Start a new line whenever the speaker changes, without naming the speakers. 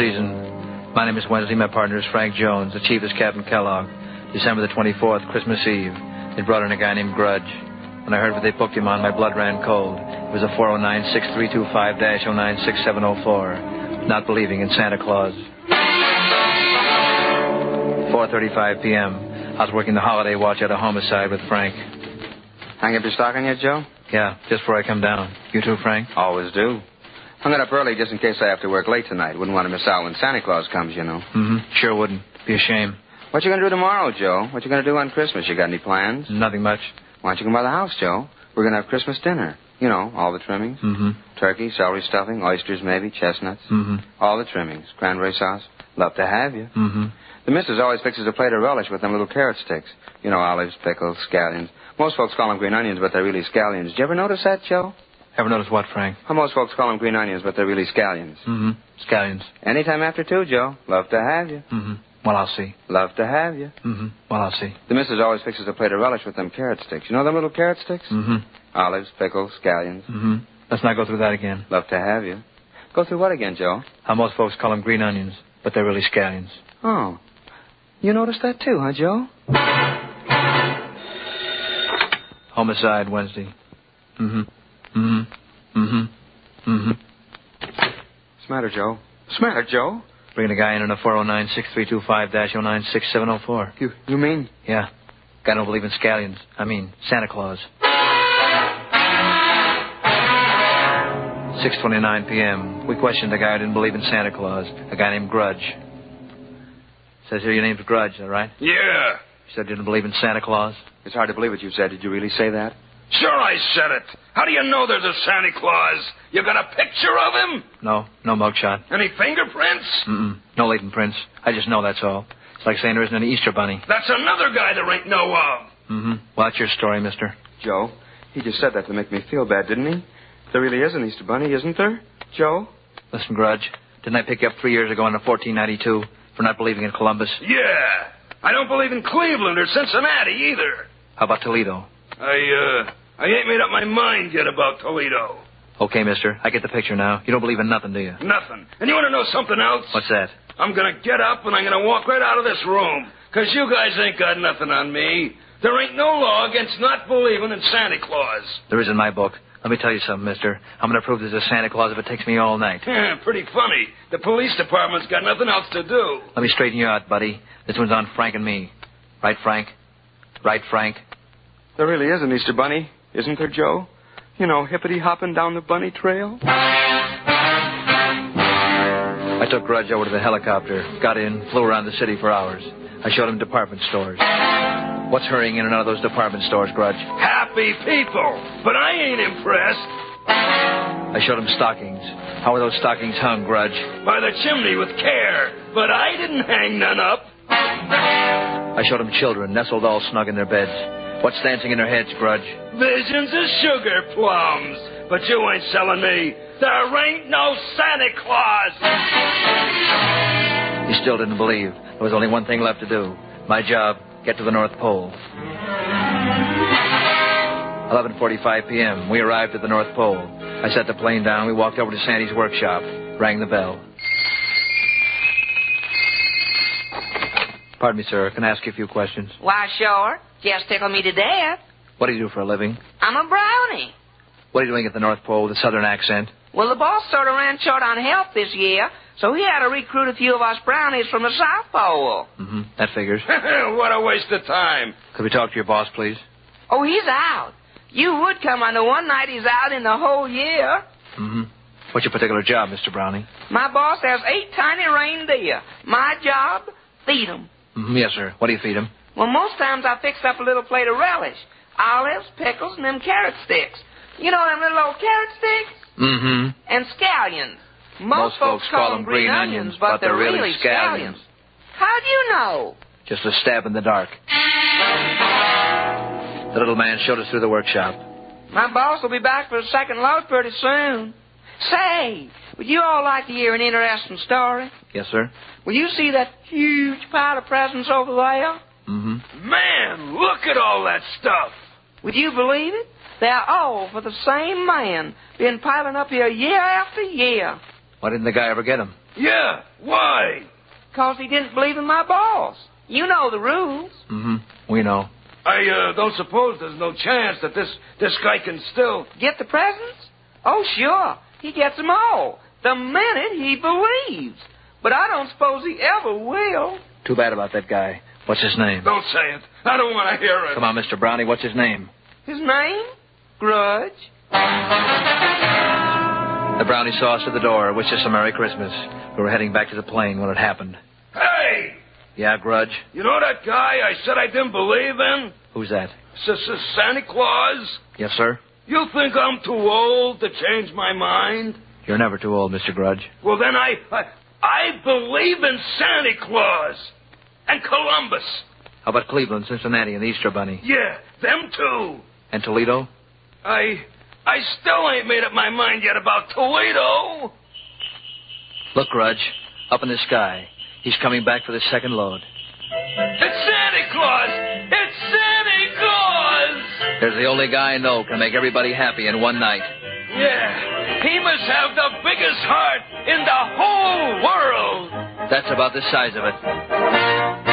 season. My name is Wednesday. My partner is Frank Jones. The chief is Captain Kellogg. December the 24th, Christmas Eve. They brought in a guy named Grudge. When I heard what they booked him on, my blood ran cold. It was a 409-6325-096704. oh Not believing in Santa Claus. 4.35 p.m. I was working the holiday watch at a homicide with Frank.
Hang up your stocking yet, Joe?
Yeah, just before I come down. You too, Frank?
Always do. Hung it up early just in case I have to work late tonight. Wouldn't want to miss out when Santa Claus comes, you know.
Mm-hmm. Sure wouldn't. Be a shame.
What you gonna do tomorrow, Joe? What you gonna do on Christmas? You got any plans?
Nothing much.
Why don't you come by the house, Joe? We're gonna have Christmas dinner. You know, all the trimmings.
Mm-hmm.
Turkey, celery stuffing, oysters maybe, chestnuts.
Mm-hmm.
All the trimmings. Cranberry sauce. Love to have you.
Mm-hmm.
The missus always fixes a plate of relish with them little carrot sticks. You know, olives, pickles, scallions. Most folks call them green onions, but they're really scallions. Did you ever notice that, Joe?
Ever notice what, Frank?
How most folks call them green onions, but they're really scallions.
Mm-hmm. Scallions.
Anytime after two, Joe. Love to have you.
Mm-hmm. Well, I'll see.
Love to have you.
Mm-hmm. Well, I'll see.
The missus always fixes a plate of relish with them carrot sticks. You know them little carrot sticks?
Mm.
Mm-hmm.
Olives, pickles, scallions.
Mm-hmm. Let's not go through that again.
Love to have you. Go through what again, Joe?
How most folks call them green onions, but they're really scallions.
Oh. You noticed that too, huh, Joe?
Homicide Wednesday. Mm-hmm. Mm-hmm. Mm-hmm. Mm-hmm.
What's the matter, Joe? What's the matter, Joe?
Bringing a guy in on oh a 409-6325-096704.
You, you mean?
Yeah. Guy don't believe in scallions. I mean, Santa Claus. 6.29 p.m. We questioned a guy who didn't believe in Santa Claus, a guy named Grudge. Says here your name's Grudge, all right?
Yeah.
He said didn't believe in Santa Claus.
It's hard to believe what you said. Did you really say that?
Sure, I said it. How do you know there's a Santa Claus? You got a picture of him?
No, no mugshot.
Any fingerprints?
Mm.
Mm-mm. No latent prints. I just know that's all. It's like saying there isn't an Easter bunny.
That's another guy there ain't no uh, of.
Mm-hmm. Well, that's your story, mister.
Joe, he just said that to make me feel bad, didn't he? There really is an Easter Bunny, isn't there? Joe?
Listen, Grudge, didn't I pick you up three years ago in 1492 for not believing in Columbus?
Yeah. I don't believe in Cleveland or Cincinnati either.
How about Toledo?
I, uh, I ain't made up my mind yet about Toledo.
Okay, mister, I get the picture now. You don't believe in nothing, do you?
Nothing. And you want to know something else?
What's that?
I'm gonna get up and I'm gonna walk right out of this room. Cause you guys ain't got nothing on me. There ain't no law against not believing in Santa Claus.
There is in my book. Let me tell you something, mister. I'm going to prove there's a Santa Claus if it takes me all night.
Yeah, pretty funny. The police department's got nothing else to do.
Let me straighten you out, buddy. This one's on Frank and me. Right, Frank? Right, Frank?
There really is an Easter Bunny, isn't there, Joe? You know, hippity hopping down the bunny trail?
I took Grudge over to the helicopter, got in, flew around the city for hours. I showed him department stores. What's hurrying in and out of those department stores, Grudge?
Happy people, but I ain't impressed.
I showed him stockings. How are those stockings hung, Grudge?
By the chimney with care, but I didn't hang none up.
I showed him children nestled all snug in their beds. What's dancing in their heads, Grudge?
Visions of sugar plums, but you ain't selling me. There ain't no Santa Claus.
He still didn't believe. There was only one thing left to do. My job, get to the North Pole. 11:45 p.m. We arrived at the North Pole. I set the plane down. We walked over to Sandy's workshop, rang the bell. Pardon me, sir. Can I ask you a few questions?
Why, sure. Just tickle me to death.
What do you do for a living?
I'm a brownie.
What are you doing at the North Pole with a southern accent?
Well, the boss sort of ran short on help this year, so he had to recruit a few of us brownies from the South Pole.
Mm-hmm. That figures.
what a waste of time.
Could we talk to your boss, please?
Oh, he's out. You would come on the one night he's out in the whole year.
Mm-hmm. What's your particular job, Mr. Browning?
My boss has eight tiny reindeer. My job? Feed 'em.
Mm-hmm. Yes, sir. What do you feed him?
Well, most times I fix up a little plate of relish. Olives, pickles, and them carrot sticks. You know them little old carrot sticks?
Mm-hmm.
And scallions. Most, folks call them green onions, but they're really scallions. How do you know?
Just a stab in the dark. The little man showed us through the workshop.
My boss will be back for the second load pretty soon. Say, would you all like to hear an interesting story?
Yes, sir.
Will you see that huge pile of presents over there?
Mm-hmm.
Man, look at all that stuff.
Would you believe it? They're all for the same man. Been piling up here year after year.
Why didn't the guy ever get him?
Yeah, why?
Because he didn't believe in my balls. You know the rules.
Mm-hmm. We know.
I uh, don't suppose there's no chance that this this guy can still.
Get the presents? Oh, sure. He gets them all the minute he believes. But I don't suppose he ever will.
Too bad about that guy. What's his name?
Don't say it. I don't want to hear it.
Come on, Mr. Brownie. What's his name?
His name? Grudge.
The Brownie saw us at the door, wished us a Merry Christmas. We were heading back to the plane when it happened.
Hey,
Yeah, Grudge?
you know that guy I said I didn't believe in?
Who's that?
S-s- Santa Claus?
Yes, sir?
You think I'm too old to change my mind?
You're never too old, Mr. Grudge.
Well, then I, I, I believe in Santa Claus and Columbus.
How about Cleveland, Cincinnati, and the Easter Bunny?
Yeah, them too.
And Toledo?
I, I still ain't made up my mind yet about Toledo.
Look, Grudge. Up in the sky. He's coming back for the second load.
It's Santa Claus. It's Santa Claus.
There's the only guy I know can make everybody happy in one night.
Yeah, he must have the biggest heart in the whole world.
That's about the size of it.